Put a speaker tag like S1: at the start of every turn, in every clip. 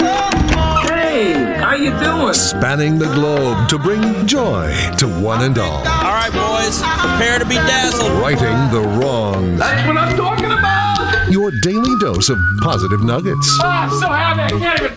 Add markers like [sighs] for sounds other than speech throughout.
S1: Hey, how you doing?
S2: Spanning the globe to bring joy to one and all.
S3: All right, boys, prepare to be dazzled.
S2: Righting the wrongs.
S1: That's what I'm talking about.
S2: Your daily dose of positive nuggets.
S1: Oh, I'm so happy. I can't even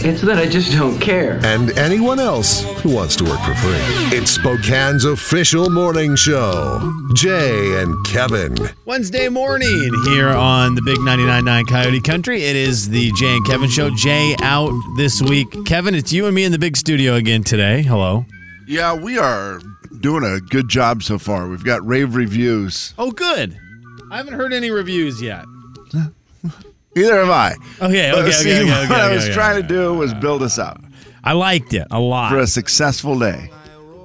S4: It's that I just don't care.
S2: and anyone else who wants to work for free. It's Spokane's official morning show. Jay and Kevin.
S5: Wednesday morning here on the Big 99.9 Coyote Country. It is the Jay and Kevin show. Jay out this week. Kevin, it's you and me in the big studio again today. Hello.
S6: Yeah, we are doing a good job so far. We've got rave reviews.
S5: Oh, good. I haven't heard any reviews yet.
S6: Neither have I.
S5: Okay, okay,
S6: But
S5: okay.
S6: see, [laughs]
S5: okay,
S6: what
S5: okay,
S6: I
S5: okay,
S6: was
S5: okay,
S6: trying
S5: okay.
S6: to do was build us up
S5: I liked it a lot.
S6: for a successful day.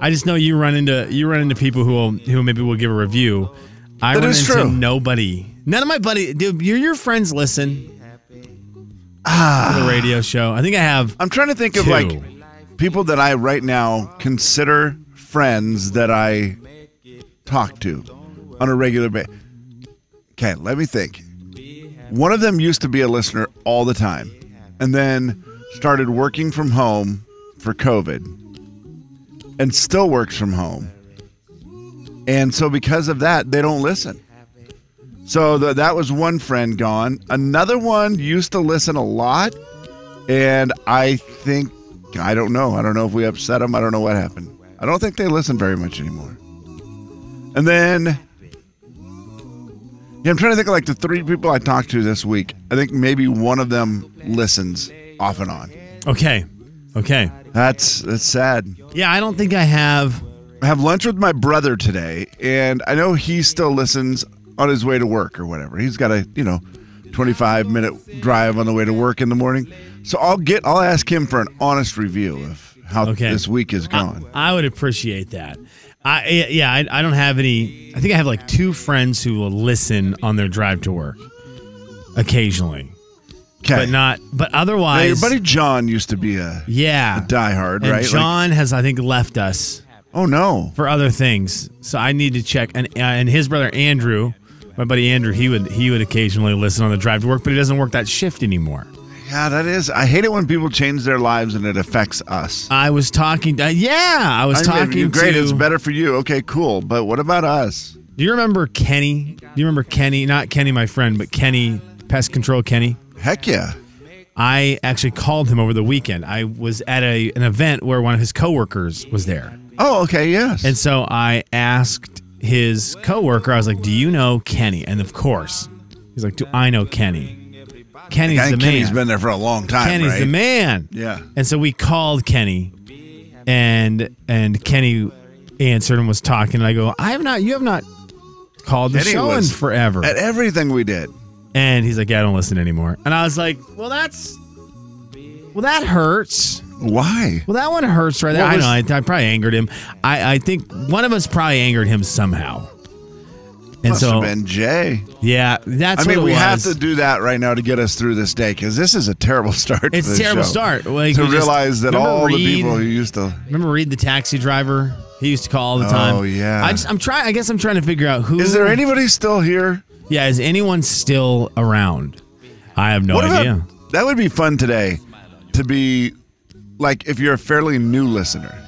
S5: I just know you run into you run into people who will, who maybe will give a review. I
S6: That
S5: run
S6: is
S5: into
S6: true.
S5: nobody. None of my buddy. Dude, your your friends listen. Ah. The radio show. I think I have.
S6: I'm trying to think of
S5: Two.
S6: like people that I right now consider friends that I talk to on a regular basis. Okay, let me think. One of them used to be a listener all the time and then started working from home for COVID and still works from home. And so because of that, they don't listen. So th- that was one friend gone. Another one used to listen a lot and I think I don't know. I don't know if we upset them. I don't know what happened. I don't think they listen very much anymore. And then yeah, I'm trying to think of like the three people I talked to this week. I think maybe one of them listens off and on.
S5: Okay. Okay.
S6: That's that's sad.
S5: Yeah, I don't think I have.
S6: I have lunch with my brother today, and I know he still listens on his way to work or whatever. He's got a you know, 25 minute drive on the way to work in the morning. So I'll get I'll ask him for an honest review of how
S5: Okay. Uh,
S6: this week is
S5: I-
S6: going.
S5: I, would appreciate that. I yeah, yeah, I, I don't have any. I think I have like two friends who will listen on their drive to work occasionally,
S6: Okay.
S5: but not. But
S6: Now, your
S5: otherwise,
S6: buddy John used to be a
S5: yeah,
S6: diehard,
S5: and
S6: right? Like-
S5: John has I think left us
S6: oh no.
S5: for other things, so I need to check. And uh, and his brother Andrew, my buddy Andrew, he would he would occasionally listen on the drive to work, but he doesn't work that shift anymore.
S6: Yeah, that is. I hate it when people change their lives and it affects us.
S5: I was talking. Uh, yeah, I was
S6: I mean,
S5: talking.
S6: great.
S5: to,
S6: It's better for you. Okay, cool. But what about us?
S5: Do you remember Kenny? Do you remember Kenny? Not Kenny, my friend, but Kenny, pest control Kenny.
S6: Heck yeah.
S5: I actually called him over the weekend. I was at a, an event where one of his coworkers was there.
S6: Oh, okay. Yes.
S5: And so I asked his coworker, I was like, Do you know Kenny? And of course, he's like, Do I know Kenny? Kenny's
S6: I
S5: the
S6: think Kenny's
S5: man.
S6: been there for a long time.
S5: Kenny's
S6: right?
S5: the man.
S6: Yeah.
S5: And so we called Kenny, and and Kenny answered and was talking. And I go, I have not, you have not called the
S6: Kenny
S5: show in
S6: was
S5: forever.
S6: At everything we did.
S5: And he's like, yeah, I don't listen anymore. And I was like, well, that's, well, that hurts.
S6: Why?
S5: Well, that one hurts right there.
S6: What
S5: I
S6: was-
S5: know. I, I probably angered him. I, I think one of us probably angered him somehow. And
S6: Must
S5: so,
S6: have been Jay.
S5: yeah, that's
S6: I mean,
S5: what it
S6: we have
S5: was.
S6: to do that right now to get us through this day because this is a terrible [laughs] start. to
S5: It's
S6: this
S5: terrible
S6: show.
S5: start. Like,
S6: to
S5: we just-
S6: realize that
S5: remember
S6: all the
S5: Reed?
S6: people who used to.
S5: Remember Reed, the taxi driver? He used to call all the time.
S6: Oh, yeah.
S5: I just, I'm trying. I guess I'm trying to figure out who.
S6: Is there anybody still here?
S5: Yeah, is anyone still around? I have no
S6: What about-
S5: idea.
S6: that would be fun today to be like if you're a fairly new listener.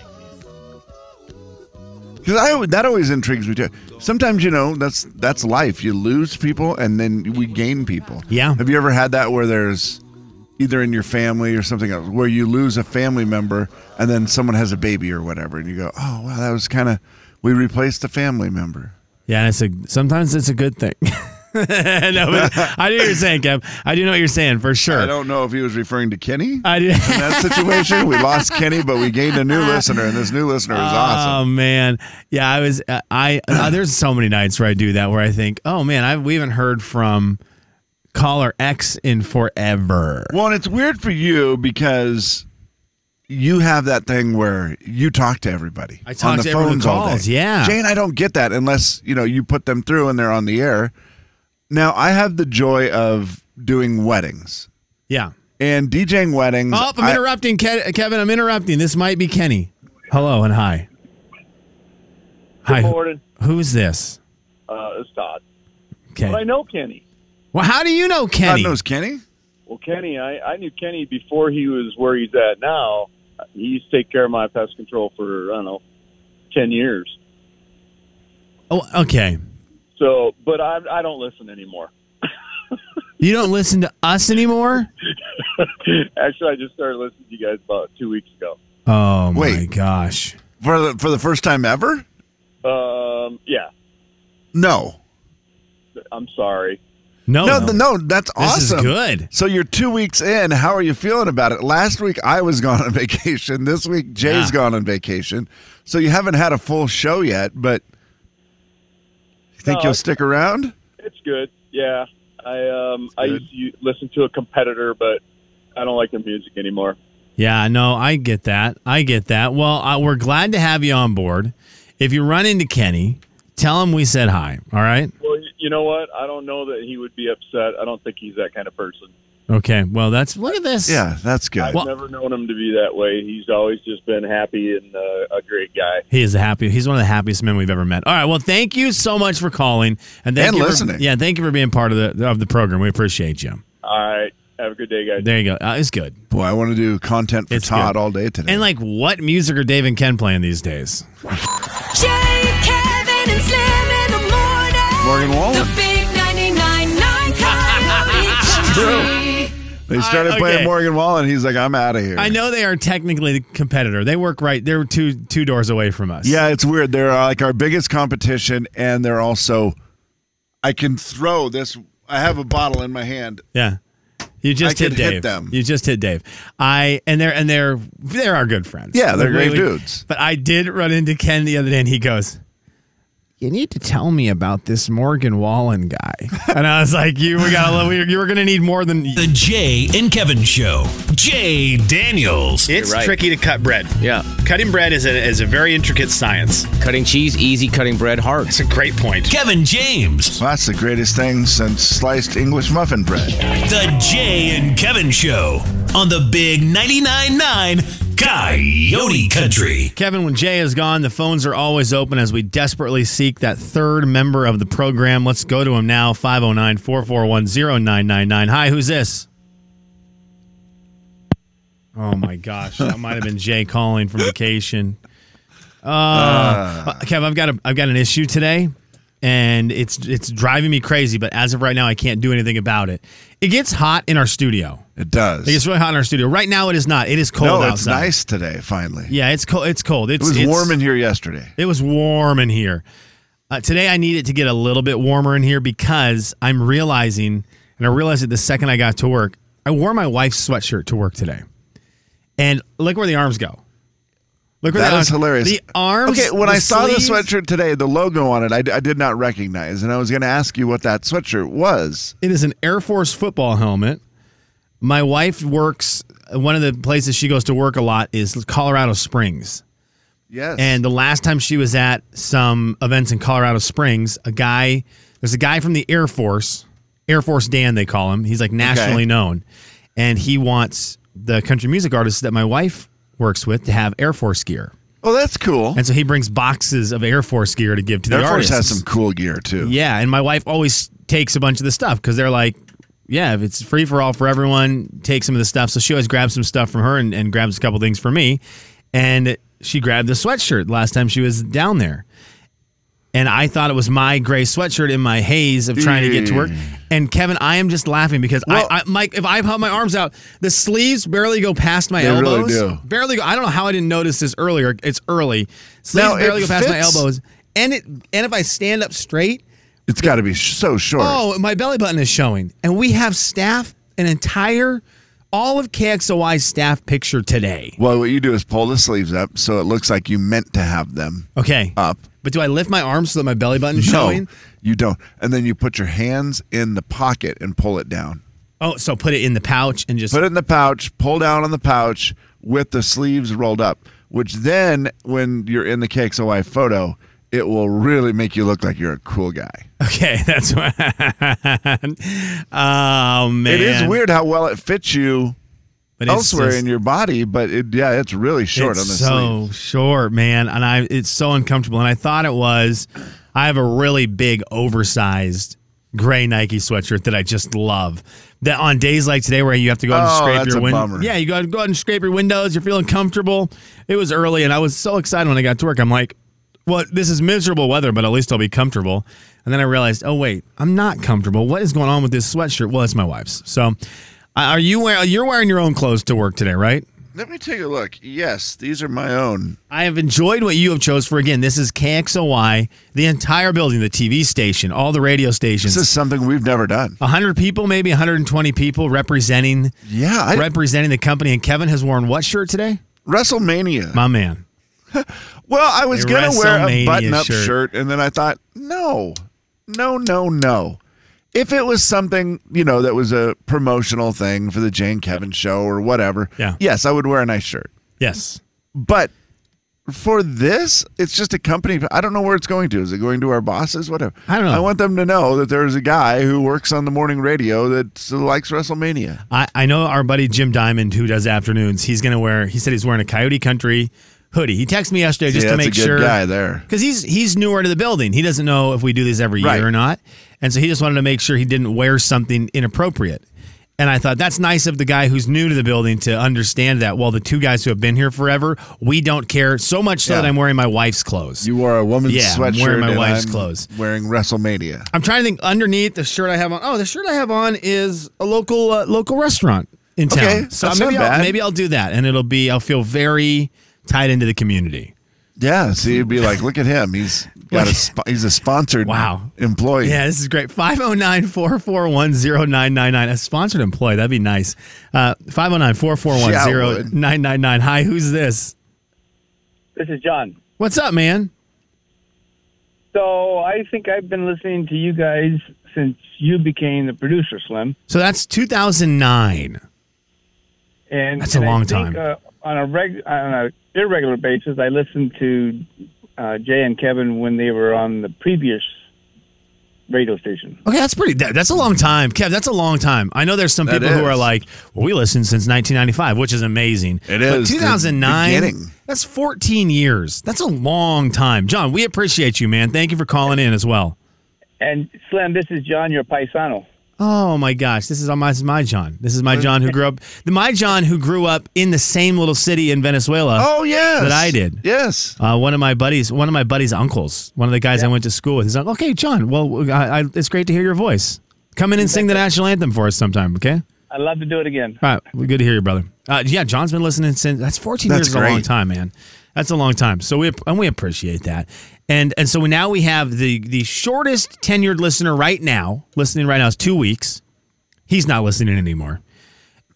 S6: Because I that always intrigues me too. Sometimes you know that's that's life. You lose people and then we gain people.
S5: Yeah.
S6: Have you ever had that where there's either in your family or something else where you lose a family member and then someone has a baby or whatever and you go, oh wow, that was kind of we replaced a family member.
S5: Yeah, and it's a sometimes it's a good thing. [laughs] no, but I do what you're saying, Kev. I do know what you're saying for sure.
S6: I don't know if he was referring to Kenny.
S5: I do.
S6: in that situation. We lost Kenny, but we gained a new
S5: Uh,
S6: listener, and this new listener is awesome.
S5: [laughs] Oh man, yeah. I was. uh, I uh, there's so many nights where I do that where I think, oh man, I we haven't heard from caller X in forever.
S6: Well, and it's weird for you because you have that thing where you talk to everybody.
S5: I talk
S6: on the
S5: to everyone who
S6: phones all
S5: calls,
S6: day.
S5: yeah.
S6: Jane, I don't get that unless you know you put them through and they're on the air. Now I have the joy of doing weddings
S5: Yeah.
S6: and DJing weddings.
S5: Oh, I'm
S6: I-
S5: interrupting, Ke- Kevin. I'm interrupting. This might be Kenny. Hello and hi. Hi.
S7: Good
S5: who-
S7: morning.
S5: Who's this?
S7: Uh, it's Todd.
S5: Okay.
S7: But I know Kenny.
S5: Well, how do you know
S6: God
S5: Kenny?
S6: knows Kenny.
S7: Well, Kenny, I, I knew Kenny before he was where he's at now. He used to take care of my pest control for, I don't know, 10 years.
S5: Oh, okay.
S7: So, but I, I don't listen anymore. [laughs]
S5: You don't listen to us anymore?
S7: Actually, I just started listening to you guys about two weeks ago.
S5: Oh my
S6: Wait.
S5: gosh.
S6: for the for the first time ever.
S7: Um, yeah,
S6: No,
S7: I'm sorry.
S5: No.
S6: no, th- no, that's
S5: This is
S6: awesome.
S5: good.
S6: So you're two weeks in. How are you feeling about it? Last week I was [laughs] gone on vacation. This week Jay's
S5: Yeah.
S6: gone on vacation. So you haven't had a full show yet, but you think
S7: No,
S6: you'll
S7: it's-
S6: stick around?
S7: It's good. Yeah. I, um, I
S6: good.
S7: used to listen to a competitor, but I don't like their music anymore.
S5: Yeah, no, I get that. I get that. Well, uh, we're glad to have you on board. If you run into Kenny, tell him we said hi. All right.
S7: Well, y- you know what? I don't know that he would be upset. I don't think he's that kind of person.
S5: Okay. Well, that's look at this.
S6: Yeah, that's good.
S7: I've
S5: Well-
S7: never known him to be that way. He's always just been happy and uh, a great guy.
S5: He is the happy. He's one of the happiest men we've ever met. All right. Well, thank you so much for calling and thank
S6: And
S5: you for-
S6: listening.
S5: yeah, thank you for being part of the of the program. We appreciate you.
S7: All right. Have a good day, guys.
S5: There you go. Uh, it's good.
S6: Boy, I want to do content for
S5: It's
S6: Todd
S5: good.
S6: all day today.
S5: And like, what music are Dave and Ken playing these days?
S8: Jay, Kevin, and Slim in the morning.
S6: Morgan Wallen.
S8: The big 99.9
S5: [laughs]
S8: Coyote Country.
S6: they started
S5: I- okay.
S6: playing Morgan Wall, and he's like, "I'm out of here."
S5: I know they are technically the competitor. They work right. They're two two doors away from us.
S6: Yeah, it's weird. They're uh, like our biggest competition, and they're also. I can throw this. I have a bottle in my hand.
S5: Yeah. You just
S6: I
S5: hit
S6: could hit
S5: Dave.
S6: them.
S5: You just hit Dave. I and they're and they're they're our good friends.
S6: Yeah, they're great
S5: really-
S6: dudes.
S5: But I did run into Ken the other day and he goes, You need to tell me about this Morgan Wallen guy. [laughs] and I was like, You we gotta love you were gonna need more than
S9: The Jay and Kevin Show. Jay Daniels.
S5: it's
S10: right.
S5: tricky to cut bread.
S10: Yeah.
S5: Cutting bread is a is a very intricate science.
S10: Cutting cheese easy, cutting bread hard.
S5: It's a great point.
S9: Kevin James.
S6: Well, that's the greatest thing since sliced English muffin bread.
S9: The Jay and Kevin Show on the Big 99.9 9 Coyote Country.
S5: Kevin, when Jay is gone, the phones are always open as we desperately seek that third member of the program. Let's go to him now 509 441 0999. Hi, who's this? Oh my gosh, that might have been Jay calling from vacation.
S6: Uh.
S5: Uh, Kev, I've got a I've got an issue today, and it's it's driving me crazy. But as of right now, I can't do anything about it. It gets hot in our studio.
S6: It does.
S5: It gets really hot in our studio. Right now, it is not. It is
S6: no,
S5: cold
S6: it's
S5: outside.
S6: nice today. Finally,
S5: Yeah, it's cold. It's cold.
S6: it
S5: It's,
S6: was
S5: it's-
S6: warm in here yesterday.
S5: it was warm in here. Uh, today I need it to get a little bit warmer in here because I'm realizing, and I realized it the second I got to work, I wore my wife's sweatshirt to work today. And look where the arms go. Look where
S6: That
S5: the
S6: is
S5: arms,
S6: hilarious.
S5: The arms.
S6: Okay, when
S5: the
S6: I saw
S5: sleeves-
S6: the sweatshirt today, the logo on it, I, d- I did not recognize, and I was going to ask you what that sweatshirt was.
S5: It is an Air Force football helmet. My wife works. One of the places she goes to work a lot is Colorado Springs.
S6: Yes.
S5: And the last time she was at some events in Colorado Springs, a guy, there's a guy from the Air Force, Air Force Dan, they call him. He's like nationally
S6: Okay.
S5: known. And he wants the country music artists that my wife works with to have Air Force gear.
S6: oh, that's cool.
S5: And so he brings boxes of Air Force gear to give to
S6: Air
S5: the
S6: Force
S5: artists.
S6: has some cool gear too.
S5: Yeah, and my wife always takes a bunch of the stuff because they're like, yeah, if it's free for all for everyone, take some of the stuff. So she always grabs some stuff from her and, and grabs a couple things for me. And she grabbed the sweatshirt last time she was down there. And I thought it was my gray sweatshirt in my haze of trying to get to work. And Kevin, I am just laughing because
S6: Well-
S5: I, I, Mike, if I put my arms out, the sleeves barely go past my
S6: They really
S5: elbows.
S6: do.
S5: Barely go. I don't know how I didn't notice this earlier. It's early. Sleeves
S6: Now, it
S5: barely go past my
S6: fits-
S5: elbows. And it, and if I stand up straight,
S6: It's got to be sh- so short.
S5: Oh, my belly button is showing. And we have staff, an entire, all of KXOI's staff picture today.
S6: Well, what you do is pull the sleeves up so it looks like you meant to have them
S5: Okay.
S6: up.
S5: But do I lift my arms so that my belly button is showing?
S6: No, you don't. And then you put your hands in the pocket and pull it down.
S5: Oh, so put it in the pouch and just.
S6: Put it in the pouch. Pull down on the pouch. with the sleeves rolled up, which then when you're in the KXOY photo, it will really make you look like you're a cool guy.
S5: [laughs] Okay, that's what. [laughs] oh man,
S6: It is weird how well it fits you
S5: But it's
S6: elsewhere
S5: just-
S6: in your body, but it, yeah, it's really short
S5: it's
S6: on the
S5: so
S6: sleeve.
S5: short, man, and I it's so uncomfortable. And I thought it was. I have a really big, oversized gray Nike sweatshirt that I just love. That on days like today, where you have to go out and
S6: Oh,
S5: scrape
S6: that's
S5: your
S6: a
S5: windows,
S6: bummer.
S5: yeah, you go out, go out and scrape your windows. You're feeling comfortable. It was early, and I was so excited when I got to work. I'm like, "Well, this is miserable weather, but at least I'll be comfortable." And then I realized, "Oh wait, I'm not comfortable. What is going on with this sweatshirt?" Well, it's my wife's. So, uh, are you wearing? You're wearing your own clothes to work today, right?
S6: Let me take a look. Yes, these are my own.
S5: I have enjoyed what you have chose for. Again, this is KXOY, the entire building, the TV station, all the radio stations.
S6: This is something we've never done.
S5: 100 people, maybe 120 people representing
S6: Yeah, I,
S5: representing the company. And Kevin has worn what shirt today?
S6: WrestleMania.
S5: My man.
S6: Well, I was
S5: A
S6: gonna wear a
S5: WrestleMania
S6: button-up
S5: shirt.
S6: shirt. and then I thought, no, no, no, no. If it was something you know that was a promotional thing for the Jane Kevin show or whatever,
S5: Yeah.
S6: yes, I would wear a nice shirt.
S5: Yes.
S6: But for this, it's just a company. I don't know where it's going to. Is it going to our bosses? Whatever.
S5: I don't know.
S6: I want them to know that there's a guy who works on the morning radio that likes WrestleMania.
S5: I, I know our buddy Jim Diamond, who does afternoons, he's going to wear, he said he's wearing a Coyote Country hoodie. He texted me yesterday just
S6: yeah,
S5: to
S6: that's
S5: make
S6: a good
S5: sure.
S6: guy there.
S5: because he's he's newer to the building. He doesn't know if we do these every
S6: Right.
S5: year or not, and so he just wanted to make sure he didn't wear something inappropriate. And I thought that's nice of the guy who's new to the building to understand that. Well, the two guys who have been here forever, we don't care so much so
S6: Yeah.
S5: that I'm wearing my wife's clothes.
S6: You wore a woman's
S5: Yeah, I'm
S6: sweatshirt.
S5: wearing my
S6: and
S5: wife's
S6: I'm
S5: clothes.
S6: Wearing WrestleMania.
S5: I'm trying to think underneath the shirt I have on. Oh, the shirt I have on is a local uh, local restaurant in town.
S6: Okay,
S5: so
S6: that's
S5: maybe
S6: not
S5: I'll,
S6: bad.
S5: maybe I'll do that, and it'll be I'll feel very tied into the community.
S6: Yeah, see, you'd be like, look at him. He's got a sp- he's a sponsored
S5: [laughs] Wow.
S6: employee.
S5: Yeah, this is great. 509 441 0999. A sponsored employee. That'd be nice. Uh, 509 441 0999. Hi, who's this?
S7: This is John.
S5: What's up, man?
S7: So I think I've been listening to you guys since you became the producer, Slim.
S5: So that's 2009.
S7: And
S5: That's a
S7: and I
S5: long
S7: think,
S5: time.
S7: Uh, on a reg, on a irregular basis, I listened to uh, Jay and Kevin when they were on the previous radio station.
S5: Okay, that's pretty. That, that's a long time, Kev. That's a long time. I know there's some
S6: That
S5: people who are
S6: is.
S5: like, "Well, we listened since 1995," which is amazing.
S6: It
S5: But
S6: is, the
S5: 2009.
S6: beginning.
S5: that's 14 years. That's a long time, John. We appreciate you, man. Thank you for calling in as well.
S7: And Slim, this is John, your paisano.
S5: Oh my gosh, this is my, this is my John. This is my John who grew up the my John who grew up in the same little city in Venezuela.
S6: Oh yes.
S5: That I did.
S6: Yes.
S5: Uh, one of my buddies, one of my buddies' uncles, one of the guys I went to school with. He's like, "Okay, John. Well, I, I, it's great to hear your voice. Come in and sing the national anthem for us sometime, okay?
S7: I'd love to do it again.
S5: All right, well, good to hear you, brother. Uh, yeah, John's been listening since that's 14 years
S6: That's
S5: is a long
S6: great.
S5: time, man. That's a long time. So we and we appreciate that. And and so now we have the the shortest tenured listener right now listening right now is two weeks. He's not listening anymore.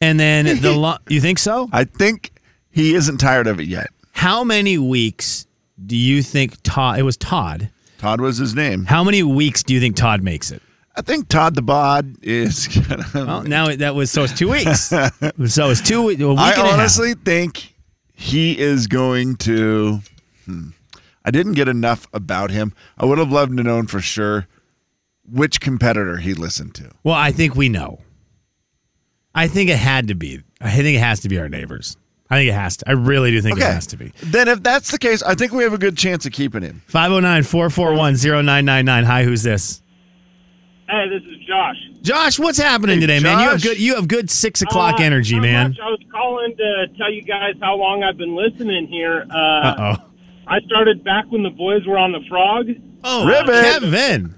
S5: And then
S6: [laughs]
S5: the lo- you think so?
S6: I think he isn't tired of it yet.
S5: How many weeks do you think Todd? It was Todd.
S6: Todd was his name.
S5: How many weeks do you think Todd makes it?
S6: I think Todd the Bod is [laughs] gonna
S5: Well, now it- that was so it's two
S6: [laughs]
S5: weeks. so it's two. A week
S6: I
S5: and a half.
S6: honestly think he is going to hmm. I didn't get enough about him. I would have loved to known for sure which competitor he listened to.
S5: Well, I think we know. I think it had to be. I think it has to be our neighbors. I think it has to. I really do think it has to be.
S6: Then if that's the case, I think we have a good chance of keeping him.
S5: 509 441 0999. Hi, who's this?
S7: Hey, this is Josh.
S5: Josh, what's happening today, man? You have
S6: Josh.
S5: good you have good six o'clock energy, man.
S7: I was calling to tell you guys how long I've been listening here. Uh,
S5: Uh oh.
S7: I started back when the boys were on the Frog.
S5: Oh
S6: Ribbit.
S5: Kevin.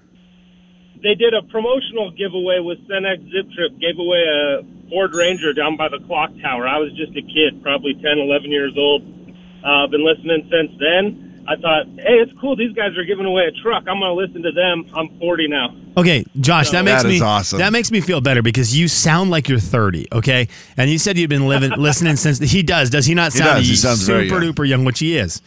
S7: They did a promotional giveaway with Cenex Zip Trip, gave away a Ford Ranger down by the clock tower. I was just a kid, probably 10, 11 years old. Uh, been listening since then. I thought, hey, it's cool. These guys are giving away a truck. I'm going to listen to them. I'm 40 now.
S5: Okay, Josh, that makes
S6: That
S5: me
S6: is awesome.
S5: that makes me feel better because you sound like you're 30. Okay, and you said you've been living
S6: [laughs]
S5: listening since he does. Does he not sound
S6: does. He sounds
S5: super
S6: very young.
S5: duper young, which he is?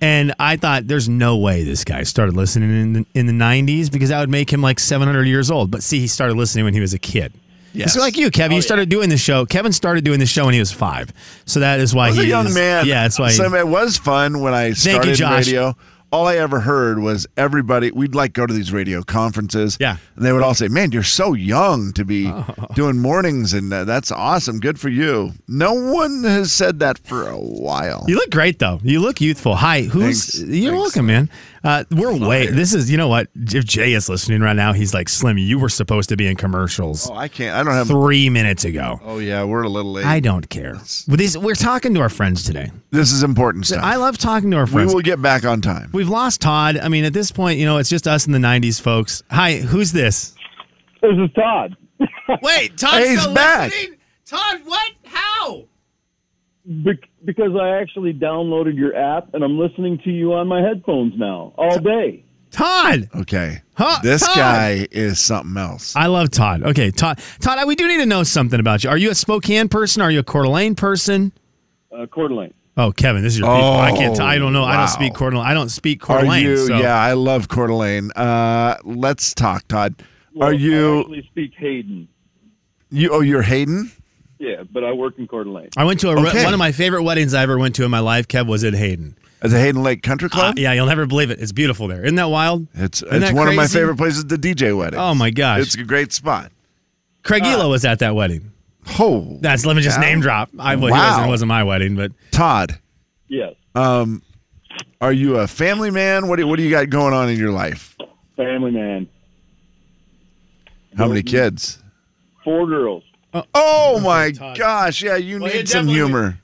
S5: And I thought there's no way this guy started listening in the, in the 90s because that would make him like 700 years old. But see, he started listening when he was a kid. It's like you,
S6: Oh,
S5: Kevin. you started doing the show. Kevin started doing the show when he was five, so that is why
S6: I was
S5: he
S6: a young
S5: is-
S6: man.
S5: Yeah, that's why. he-
S6: So it was fun when I
S5: Thank
S6: started
S5: you, Josh.
S6: radio. All I ever heard was everybody. We'd like go to these radio conferences.
S5: Yeah. Oh.
S6: and they would all say, "Man, you're so young to be doing mornings, and uh, that's awesome. Good for you." No one has said that for a while.
S5: You look great though. You look youthful. Hi, who's
S6: Thanks.
S5: you're
S6: Thanks.
S5: welcome, man. Uh, we're way. This is you know what? If Jay is listening right now, he's like Slim. You were supposed to be in commercials
S6: Oh, I can't. I don't have.
S5: three minutes ago.
S6: oh yeah, we're a little late.
S5: I don't care. Well, these- we're talking to our friends today.
S6: This is important stuff.
S5: I love talking to our
S6: we
S5: friends.
S6: will get back on time.
S5: We've lost Todd. I mean, at this point, you know, it's just us in the '90s, folks. Hi, who's
S6: [laughs]
S5: this?
S7: This is Todd.
S5: Wait, Todd's
S6: Hey, he's
S5: still
S6: back.
S5: listening? Todd, what? How?
S7: Be- because I actually downloaded your app and I'm listening to you on my headphones now all day.
S5: Todd.
S6: Okay,
S5: Huh,
S6: this
S5: Todd.
S6: guy is something else.
S5: I love Todd. Okay, Todd. Todd, I- we do need to know something about you. Are you a Spokane person? Are you a Coeur d'Alene person?
S7: Uh, Coeur d'Alene.
S5: Oh, Kevin, this is your.
S6: Oh,
S5: I can't. T- I don't know. I
S6: wow.
S5: don't speak Coeur d'Alene. I don't speak Coeur
S6: Are
S5: d'Alene.
S6: you?
S5: so-
S6: Yeah, I love Coeur d'Alene. Uh, let's talk, Todd.
S7: Well,
S6: Are
S7: I
S6: you?
S7: actually speak Hayden.
S6: You? Oh, you're Hayden.
S7: Yeah, but I work in Coeur d'Alene.
S5: I went to a re-
S6: Okay.
S5: one of my favorite weddings I ever went to in my life. Kev was at Hayden.
S6: At the Hayden Lake Country
S5: Uh,
S6: Club.
S5: yeah, you'll never believe it. It's beautiful there. Isn't that wild?
S6: It's
S5: Isn't
S6: it's
S5: that
S6: one of my
S5: crazy?
S6: favorite places to DJ weddings.
S5: Oh my gosh!
S6: It's a great spot.
S5: Craig Elo was at that wedding.
S6: Oh,
S5: That's let me just
S6: yeah.
S5: name drop. I well, he
S6: Wow.
S5: wasn't, it wasn't my wedding, but
S6: Todd,
S7: Yes,
S6: um, are you a family man? What do what do you got going on in your life?
S7: family man.
S6: How many kids?
S7: Four girls.
S6: Oh my
S5: Todd.
S6: gosh! Yeah, you need some humor.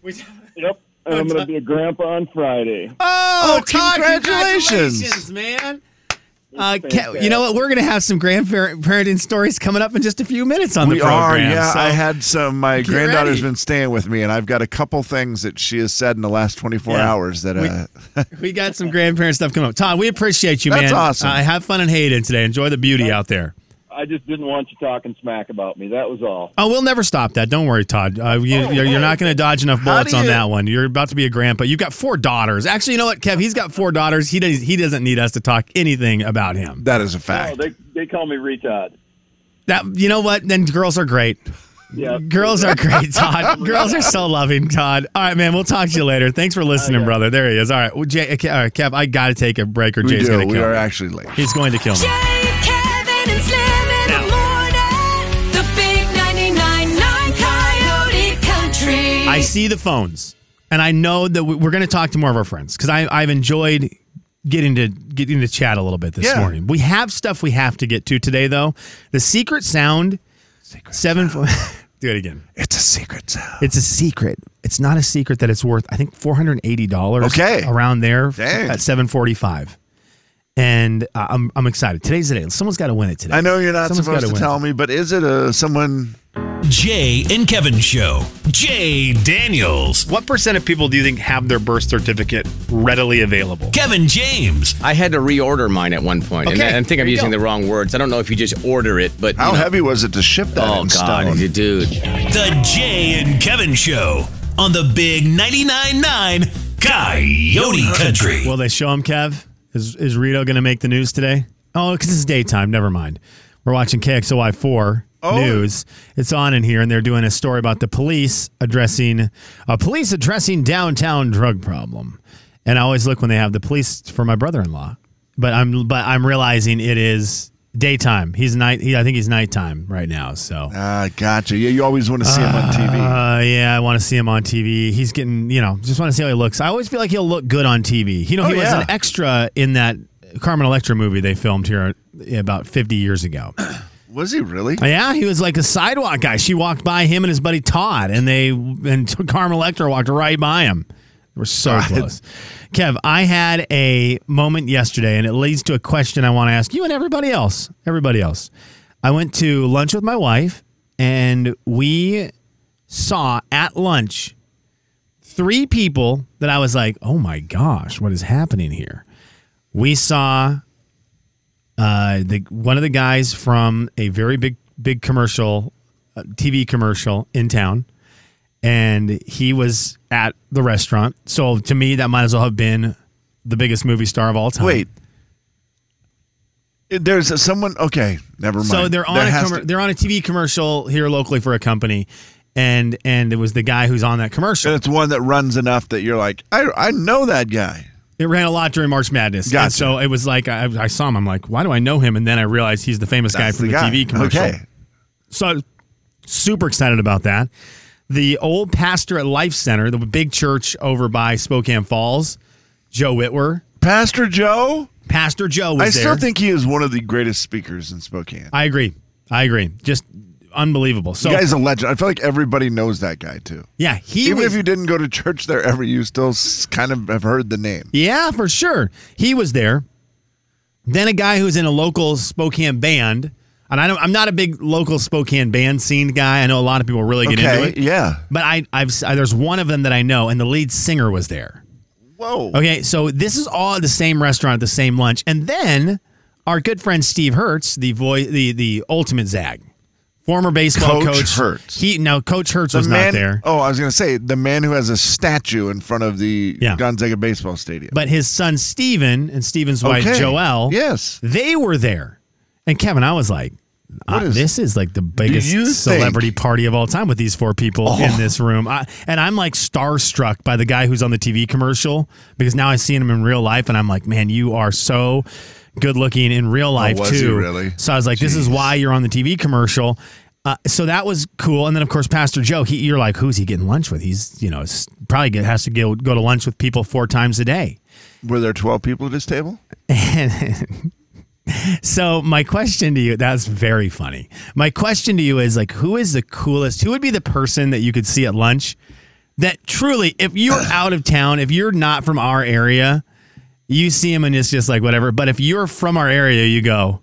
S7: Yep. And I'm going to be a grandpa on Friday.
S5: Oh,
S6: Oh, Todd, congratulations.
S5: congratulations, man. Uh, Ke- you know what? We're going to have some grandparenting stories coming up in just a few minutes on
S6: We
S5: the
S6: are,
S5: program.
S6: yeah.
S5: so-
S6: I had some. My granddaughter's
S5: ready.
S6: been staying with me, and I've got a couple things that she has said in the last 24
S5: Yeah.
S6: hours that. Uh,
S5: we got some grandparent stuff coming up. Todd, we appreciate you,
S6: That's
S5: man.
S6: awesome.
S5: Uh, have fun in Hayden today. Enjoy the beauty out there.
S7: I just didn't want you talking smack about me. That was all.
S5: Oh, we'll never stop that. Don't worry, Todd. Uh, you, you're, you're not going to dodge enough
S6: Oh, How
S5: bullets
S6: do
S5: on
S6: you-
S5: that one. You're about to be a grandpa. You've got four daughters. Actually, you know what, Kev? He's got four daughters. He does, he doesn't need us to talk anything about him.
S6: that is a
S7: Oh,
S6: fact.
S7: they they call me retard.
S5: That you know what? Then girls are great.
S7: Yeah.
S5: Girls are great, [laughs] Todd. Girls are so loving, Todd. All right, man. We'll talk to you later. Thanks for
S6: Oh,
S5: listening, brother. There he is. All right, well, Jay, okay, all right, Kev. I got to take a break, or
S6: we
S5: Jay's
S6: do.
S5: going to
S6: We
S5: kill
S6: are
S5: me.
S6: actually late.
S5: He's going to kill me.
S8: Jay, Kevin, and Slim in the morning. The big 99.9 Coyote Country.
S5: I see the phones, and I know that we- we're going to talk to more of our friends because I've enjoyed getting to getting to chat a little bit this
S6: Yeah.
S5: morning. We have stuff we have to get to today, though. The secret sound. Secret seven. Four, [laughs] do it again.
S6: It's a secret sound.
S5: It's a secret. It's not a secret that it's worth. I think four hundred and eighty dollars.
S6: Okay.
S5: around there f-
S6: Dang.
S5: at seven forty-five. And uh, I'm I'm excited. Today's the day. Someone's got to win it today.
S6: I know you're not
S5: Someone's
S6: supposed
S5: gotta
S6: to
S5: win.
S6: tell me, but is it a someone?
S9: Jay and Kevin Show. Jay Daniels.
S5: What percent of people do you think have their birth certificate readily available?
S9: Kevin James.
S10: I had to reorder mine at one point.
S5: Okay,
S10: and I think
S5: there
S10: I'm
S5: you
S10: using
S5: go.
S10: the wrong words. I don't know if you just order it, but. you
S6: How
S10: know-
S6: heavy was it to ship that
S10: Oh,
S6: in
S10: God,
S6: stone?
S10: you dude.
S9: The Jay and Kevin Show on the Big 99.9 9 Coyote Country.
S5: Will they show him, Kev? Is is Rito going to make the news today? Oh, because it's daytime. Never mind. We're watching KXOY four
S6: Oh.
S5: news. It's on in here, and they're doing a story about the police addressing a police addressing downtown drug problem. And I always look when they have the police for my brother in law, but I'm but I'm realizing it is daytime. He's night. He, I think he's nighttime right now. So.
S6: Ah, gotcha. Yeah, you always want to see him on TV.
S5: Uh, yeah, I want to see him on TV. He's getting, you know, just want to see how he looks. I always feel like he'll look good on TV. You know, he
S6: Oh,
S5: was
S6: yeah.
S5: an extra in that Carmen Electra movie they filmed here about 50
S6: [clears throat]
S5: years ago.
S6: Was he really?
S5: yeah, he was like a sidewalk guy. She walked by him and his buddy Todd, and they and [laughs] Carmen Electra walked right by him. We're so close. Kev, I had a moment yesterday, and it leads to a question I want to ask you and everybody else. Everybody else. I went to lunch with my wife, and we saw at lunch three people that I was like, oh my gosh, what is happening here? We saw uh, the one of the guys from a very big big commercial, uh, TV commercial in town, and he was at the restaurant. So to me, that might as well have been the biggest movie star of all time.
S6: Wait. There's a, someone. Okay, Never mind.
S5: So they're on
S6: There
S5: a
S6: has
S5: commer
S6: to-
S5: they're on a TV commercial here locally for a company, and and it was the guy who's on that commercial.
S6: it's one that runs enough that you're like, I I know that guy.
S5: It ran a lot during March Madness.
S6: Gotcha.
S5: And so it was like I, I saw him. I'm like, why do I know him? And then I realized he's the famous guy
S6: That's
S5: from the,
S6: the guy.
S5: TV commercial.
S6: Okay.
S5: So I was super excited about that. The old pastor at Life Center, the big church over by Spokane Falls, Joe Whitwer.
S6: Pastor Joe?
S5: Pastor Joe was
S6: I still
S5: there.
S6: think he is one of the greatest speakers in Spokane.
S5: I agree. I agree. Just unbelievable. So
S6: the guy's a legend. I feel like everybody knows that guy too.
S5: yeah, he
S6: Even
S5: was
S6: if you didn't go to church there ever, you still s- kind of have heard the name.
S5: Yeah, for sure. He was there. Then a guy who's in a local Spokane band, and I don't, I'm not a big local Spokane band scene guy. I know a lot of people really get
S6: okay,
S5: into it.
S6: yeah.
S5: But I, I've s- uh, there's one of them that I know, and the lead singer was there.
S6: Whoa.
S5: Okay, so this is all at the same restaurant at the same lunch, and then our good friend Steve Hertz, the voice, the the ultimate zag, former baseball
S6: Coach
S5: coach,
S6: Hertz.
S5: He no, Coach Hertz was
S6: man,
S5: not there,
S6: Oh, I was going to say the man who has a statue in front of the
S5: Yeah.
S6: Gonzaga baseball stadium.
S5: but his son Steven and Steven's wife
S6: Okay.
S5: Joelle,
S6: Yes.
S5: they were there. And Kevin, I was like,
S6: What
S5: uh,
S6: is-
S5: this is like the
S6: you Oh.
S5: biggest celebrity party of all time with these four people in this room. I, and I'm like starstruck by the guy who's on the TV commercial because now I've seen him in real life and I'm like, man, you are so good looking in real life
S6: Oh, was he
S5: too.
S6: really?
S5: So I was like, this is why you're on the TV commercial. Uh, so that was cool, and then of course Pastor Joe. He, you're like, who's he getting lunch with? He's you know s- probably get, has to go, go to lunch with people four times a day.
S6: Were there 12 people at his table?
S5: [laughs] So my question to you, that's very funny. My question to you is like, who is the coolest? Who would be the person that you could see at lunch that truly,
S6: [sighs]
S5: if you're out of town, if you're not from our area, you see him and it's just like whatever. But if you're from our area, you go,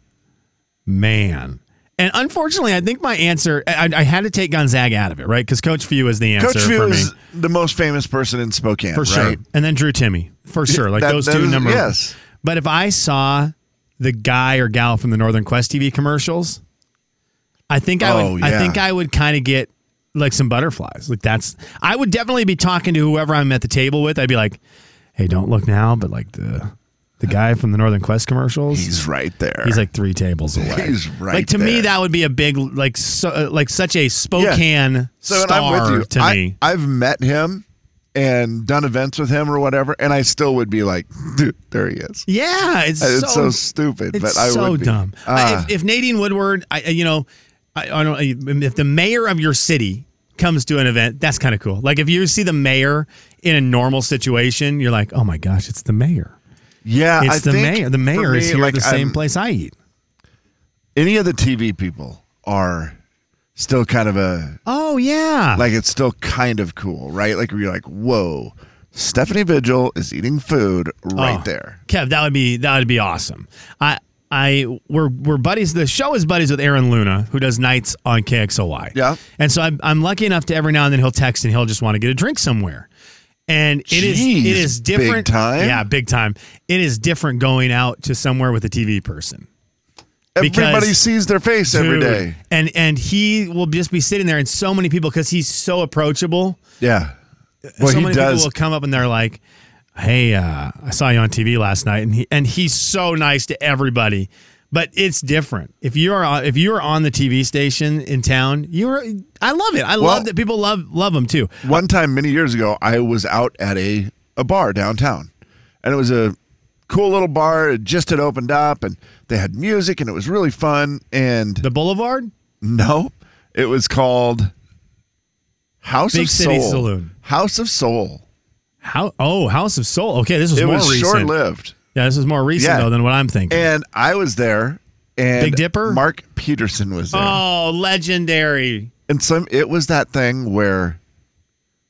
S5: man. And unfortunately, I think my answer, I, I had to take Gonzaga out of it, right? Because Coach Few is the answer
S6: Coach
S5: for
S6: Few
S5: me.
S6: is the most famous person in Spokane,
S5: For sure.
S6: right?
S5: And then Drew Timmy, for sure. Like
S6: that-
S5: those
S6: that
S5: two
S6: is-
S5: numbers.
S6: yes.
S5: But if I saw the guy or gal from the Northern Quest TV commercials, I think I would
S6: Oh,
S5: I
S6: yeah.
S5: think I would kind of get like some butterflies. Like that's I would definitely be talking to whoever I'm at the table with. I'd be like, "Hey, don't look now, but like the the guy from the Northern Quest commercials,
S6: He's right there.
S5: he's like 3 tables
S6: [laughs]
S5: away."
S6: He's right
S5: Like to me
S6: there.
S5: that would be a big like so, uh, like such a Spokane
S6: So and
S5: star
S6: I'm with you.
S5: to
S6: I,
S5: me.
S6: I've met him and done events with him or whatever, and I still would be like, dude, there he is.
S5: Yeah, it's,
S6: It's so
S5: so
S6: stupid,
S5: It's
S6: but I
S5: so
S6: would be.
S5: dumb. I-
S6: Ah.
S5: if, if Nadine Woodward, I I- you know, I, I don't. I- If the mayor of your city comes to an event, that's kind of cool. Like if you see the mayor in a normal situation, you're like, oh my gosh, it's the mayor.
S6: Yeah,
S5: It's
S6: I
S5: the
S6: think
S5: mayor. The
S6: for
S5: mayor is
S6: me,
S5: here
S6: like,
S5: at the same
S6: I'm-
S5: place I eat.
S6: Any of the TV people are still kind of a
S5: Oh yeah,
S6: like it's still kind of cool, right? Like where you're like, whoa, Stephanie Vigil is eating food right
S5: Oh,
S6: there.
S5: Kev, that would be that would be awesome. I I we're we're buddies. The show is buddies with Aaron Luna, who does nights on KXOY.
S6: Yeah.
S5: and so I'm I'm lucky enough to every now and then he'll text and he'll just want to get a drink somewhere. And it is
S6: Jeez,
S5: it is
S6: big
S5: different.
S6: time.
S5: Yeah, big time. It is different going out to somewhere with a TV person. because-
S6: Everybody sees their face every
S5: Dude.
S6: day.
S5: And and he will just be sitting there and so many people because he's so approachable.
S6: Yeah. Well,
S5: so
S6: he
S5: many people
S6: does.
S5: will come up and they're like, "Hey, uh, I saw you on TV last night," and he and he's so nice to everybody. But it's different. If you're on, if you're on the TV station in town, you're. I love it. I
S6: Well-
S5: love that people love love them too.
S6: One time many years ago, I was out at a, a bar downtown, and it was a cool little bar. It just had opened up, and they had music, and it was really fun. And
S5: The Boulevard.
S6: no, it was called House
S5: Big
S6: of
S5: City
S6: Soul.
S5: Saloon.
S6: House of Soul.
S5: How? Oh, House of Soul. Okay, this was
S6: It
S5: more
S6: was
S5: recent.
S6: short lived.
S5: Yeah, this was more recent
S6: Yeah.
S5: though than what I'm thinking.
S6: And I was there, and
S5: Big Dipper?
S6: Mark Peterson was there.
S5: oh, legendary.
S6: And some it was that thing where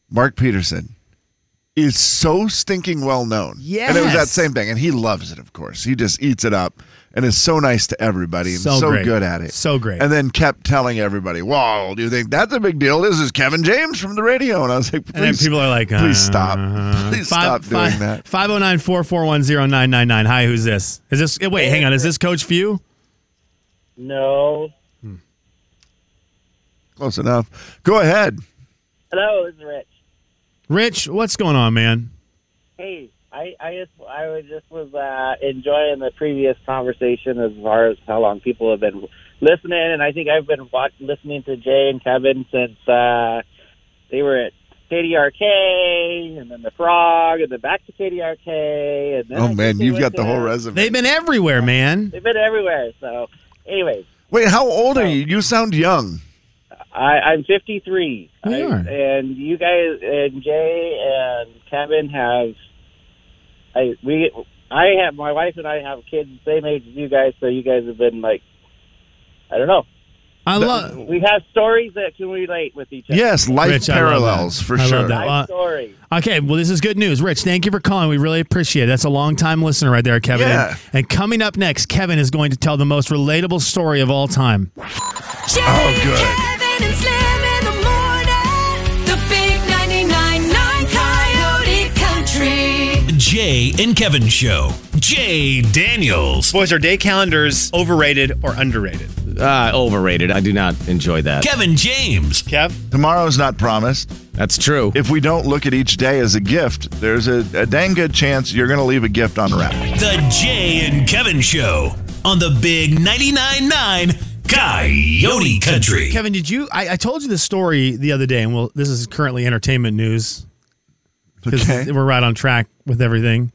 S6: Mark Peterson is so stinking well known.
S5: Yes.
S6: And it was that same thing. And he loves it, of course. He just eats it up and is so nice to everybody and
S5: So
S6: so,
S5: great.
S6: good at it.
S5: So great.
S6: And then kept telling everybody, Well, do you think that's a big deal? This is Kevin James from the radio. And I was like, please,
S5: And then people are like,
S6: please stop.
S5: uh,
S6: Please stop
S5: five-
S6: doing
S5: five-
S6: that.
S5: 509-441-0999. Hi, who's this? Is this? eh, Wait, hang on. Is this Coach Few?
S7: No.
S6: Close enough. Go ahead.
S7: Hello, this is Rich.
S5: Rich, what's going on, man?
S7: Hey,
S11: I, I just I was just was uh, enjoying the previous conversation as far as how long people have been listening, and I think I've been watch, listening to Jay and Kevin since uh, they were at KDRK, and then the Frog, and then back to KDRK, and then I
S6: Oh
S11: think
S6: man,
S11: they
S6: you've
S11: went
S6: got the
S11: to-
S6: whole resume.
S5: They've been everywhere, man.
S11: They've been everywhere. So, anyways,
S6: Wait, how old
S11: Oh.
S6: are you? You sound young.
S11: I, I'm 53.
S6: We
S11: I-
S6: are.
S11: And you guys and Jay and Kevin have. I we I have my wife and I have kids the same age as you guys, so you guys have been like, I don't know.
S5: I
S6: love-
S11: We have stories that can relate with each other.
S6: Yes, life
S5: Rich, I love
S6: parallels
S5: that.
S6: for
S5: I love
S6: sure.
S5: that.
S11: Life story.
S5: Okay, well, this is good news. Rich, thank you for calling. We really appreciate it. That's a long time listener right there, Kevin.
S6: Yeah.
S5: And, and coming up next, Kevin is going to tell the most relatable story of all time.
S8: Oh, good. Kevin and Slim in the morning. The big 99.9 Coyote Country.
S9: Jay and Kevin Show. Jay Daniels.
S5: Boys, are day calendars overrated or underrated?
S10: Uh, overrated. I do not enjoy that.
S9: Kevin James.
S5: Kev?
S6: Tomorrow's not promised.
S10: That's true.
S6: If we don't look at each day as a gift, there's a, a dang good chance you're going to leave a gift unwrapped.
S9: The Jay and Kevin Show on the Big 99.9 9 Coyote Country.
S5: Kevin, did you? I, I told you this story the other day, and well, this is currently entertainment news because
S6: Okay.
S5: we're right on track with everything.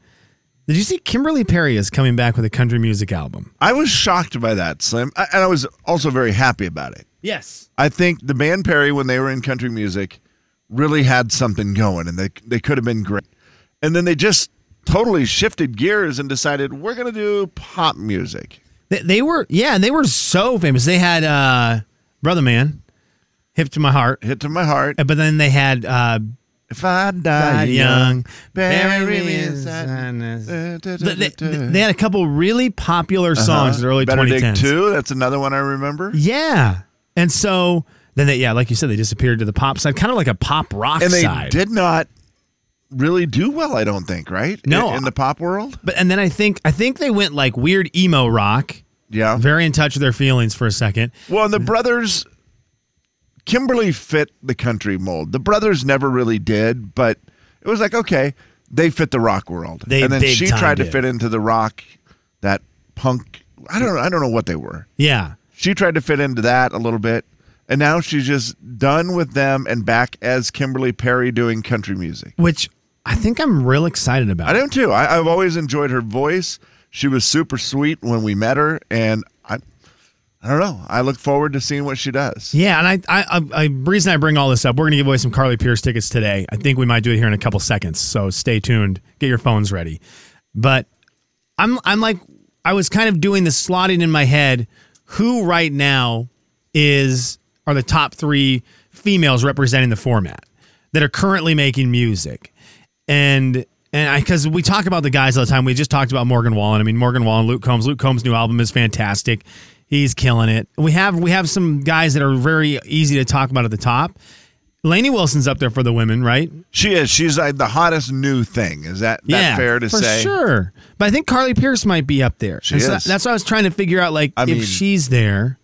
S5: Did you see Kimberly Perry is coming back with a country music album?
S6: I was shocked by that, Slim. I, and I was also very happy about it.
S5: Yes.
S6: I think the band Perry, when they were in country music, really had something going and they, they could have been great. And then they just totally shifted gears and decided we're going to do pop music.
S5: They, they were, yeah, and they were so famous. They had uh, Brother Man, Hip to My Heart,
S6: Hit to my heart.
S5: uh, but then they had uh,
S6: If I
S5: Die
S6: die
S5: Young,
S6: bury me inside.
S5: They,
S6: Uh,
S5: they, they
S6: They
S5: had a couple really popular songs in the early
S6: Uh-huh. Better
S5: 2010s.
S6: Dig 2. That's another one I remember.
S5: Yeah. And so then they yeah, like you said, they disappeared to the pop side, kind of like a pop rock
S6: and they
S5: side.
S6: did not really do well, I don't think, right?
S5: No.
S6: In, in the pop world?
S5: But and then I think I think they went like weird emo rock,
S6: Yeah.
S5: very in touch with their feelings for a second.
S6: Well, and the brothers, Kimberly fit the country mold. The brothers never really did, but it was like, okay, they fit the rock world.
S5: They
S6: and then
S5: big
S6: she
S5: time
S6: tried to
S5: did.
S6: fit into the rock, that punk. I don't know. I don't know what they were.
S5: Yeah.
S6: She tried to fit into that a little bit. And now she's just done with them and back as Kimberly Perry doing country music.
S5: Which I think I'm real excited about.
S6: I do too. I, I've always enjoyed her voice. She was super sweet when we met her, and I, I don't know. I look forward to seeing what she does.
S5: Yeah, and I, I, I, I reason I bring all this up, we're gonna give away some Carly Pierce tickets today. I think we might do it here in a couple seconds, so stay tuned. Get your phones ready. But I'm, I'm like, I was kind of doing the slotting in my head. Who right now is are the top three females representing the format that are currently making music, and and I because we talk about the guys all the time. We just talked about Morgan Wallen. I mean Morgan Wallen, Luke Combs. Luke Combs' new album is fantastic. He's killing it. We have we have some guys that are very easy to talk about at the top. Laney Wilson's up there for the women, right?
S6: She is. She's like the hottest new thing. Is that, that fair to
S5: for
S6: say?
S5: sure. But I think Carly Pierce might be up there.
S6: She
S5: And so
S6: is.
S5: That's what I was trying to figure out, like
S6: I
S5: if
S6: mean-
S5: she's there.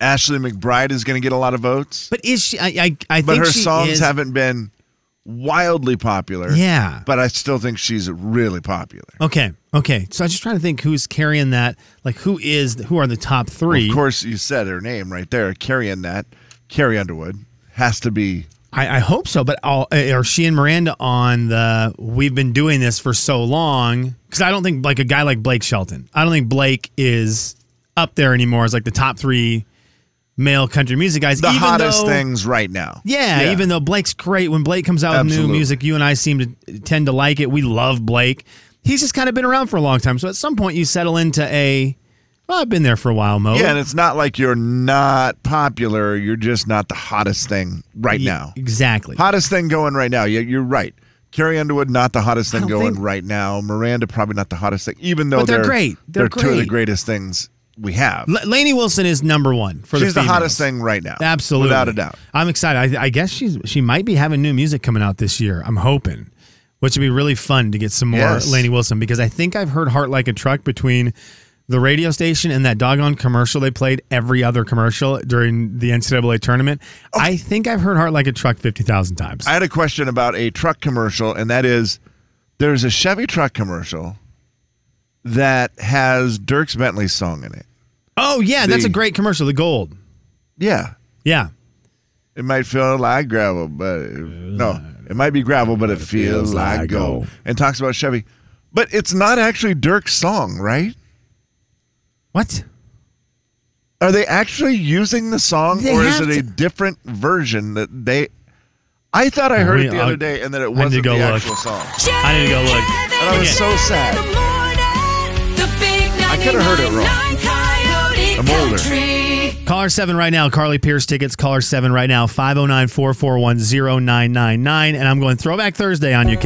S6: Ashley McBride is going to get a lot of votes,
S5: But is she? I I, I
S6: but
S5: think
S6: her
S5: she
S6: songs
S5: is-
S6: haven't been wildly popular.
S5: Yeah.
S6: But I still think she's really popular.
S5: Okay, okay. So I'm just trying to think who's carrying that. Like who is who are the top three?
S6: Of course, you said her name right there, carrying that. Carrie Underwood has to be.
S5: I, I hope so. But all uh, are she and Miranda on the we've been doing this for so long because I don't think like a guy like Blake Shelton. I don't think Blake is up there anymore as like the top three male country music guys.
S6: The
S5: even
S6: hottest
S5: though-
S6: things right now.
S5: Yeah, even though Blake's great, when Blake comes out with new
S6: Absolutely.
S5: music, you and I seem to tend to like it. We love Blake. He's just kind of been around for a long time. So at some point, you settle into a, well, I've been there for a while mode.
S6: Yeah, and it's not like you're not popular. You're just not the hottest thing right
S5: Ye-
S6: now.
S5: E Exactly.
S6: Hottest thing going right now. Yeah, you're right. Carrie Underwood, not the hottest
S5: I
S6: thing
S5: don't
S6: going
S5: think-
S6: right now. Miranda, probably not the hottest thing, even though
S5: But they're great. They're
S6: They're, two of the
S5: great.
S6: greatest things we have.
S5: L- Lainey Wilson is number one for
S6: She's the,
S5: the females.
S6: hottest thing right now.
S5: Absolutely,
S6: Without a doubt.
S5: I'm excited. I, I guess she's she might be having new music coming out this year. I'm hoping, which would be really fun to get some more
S6: Yes.
S5: Laney Wilson because I think I've heard "Heart Like a Truck" between the radio station and that doggone commercial they played every other commercial during the NCAA tournament.
S6: Oh.
S5: I think I've heard "Heart Like a Truck" fifty thousand times.
S6: I had a question about a truck commercial, and that is There's a Chevy truck commercial that has Dirks Bentley's song in it.
S5: Oh yeah, that's a great commercial. The gold.
S6: Yeah.
S5: Yeah.
S6: It might feel like gravel, but no, it might be gravel, but it feels, like, gold. And talks about Chevy, but it's not actually Dirk's song, right?
S5: What?
S6: Are they actually using the song,
S5: They
S6: or is
S5: have
S6: it a different version that they? I thought I heard it the
S5: I'll-
S6: other day, and that
S5: I
S6: it
S5: need to
S6: wasn't
S5: go
S6: the
S5: look.
S6: actual song.
S5: I need to go look.
S6: And I was
S5: Okay.
S6: so sad.
S8: The big
S6: I coulda heard it wrong.
S8: 999 Coyote
S5: I'm older.
S8: Country.
S5: Caller 7 right now, Carly Pierce tickets. oh Caller 7 right now, 509 441 0999. And I'm going Throwback Thursday on you, Kev.